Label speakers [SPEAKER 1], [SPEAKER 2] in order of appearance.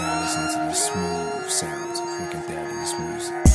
[SPEAKER 1] sounds and the smooth sounds of freaking daddy's music.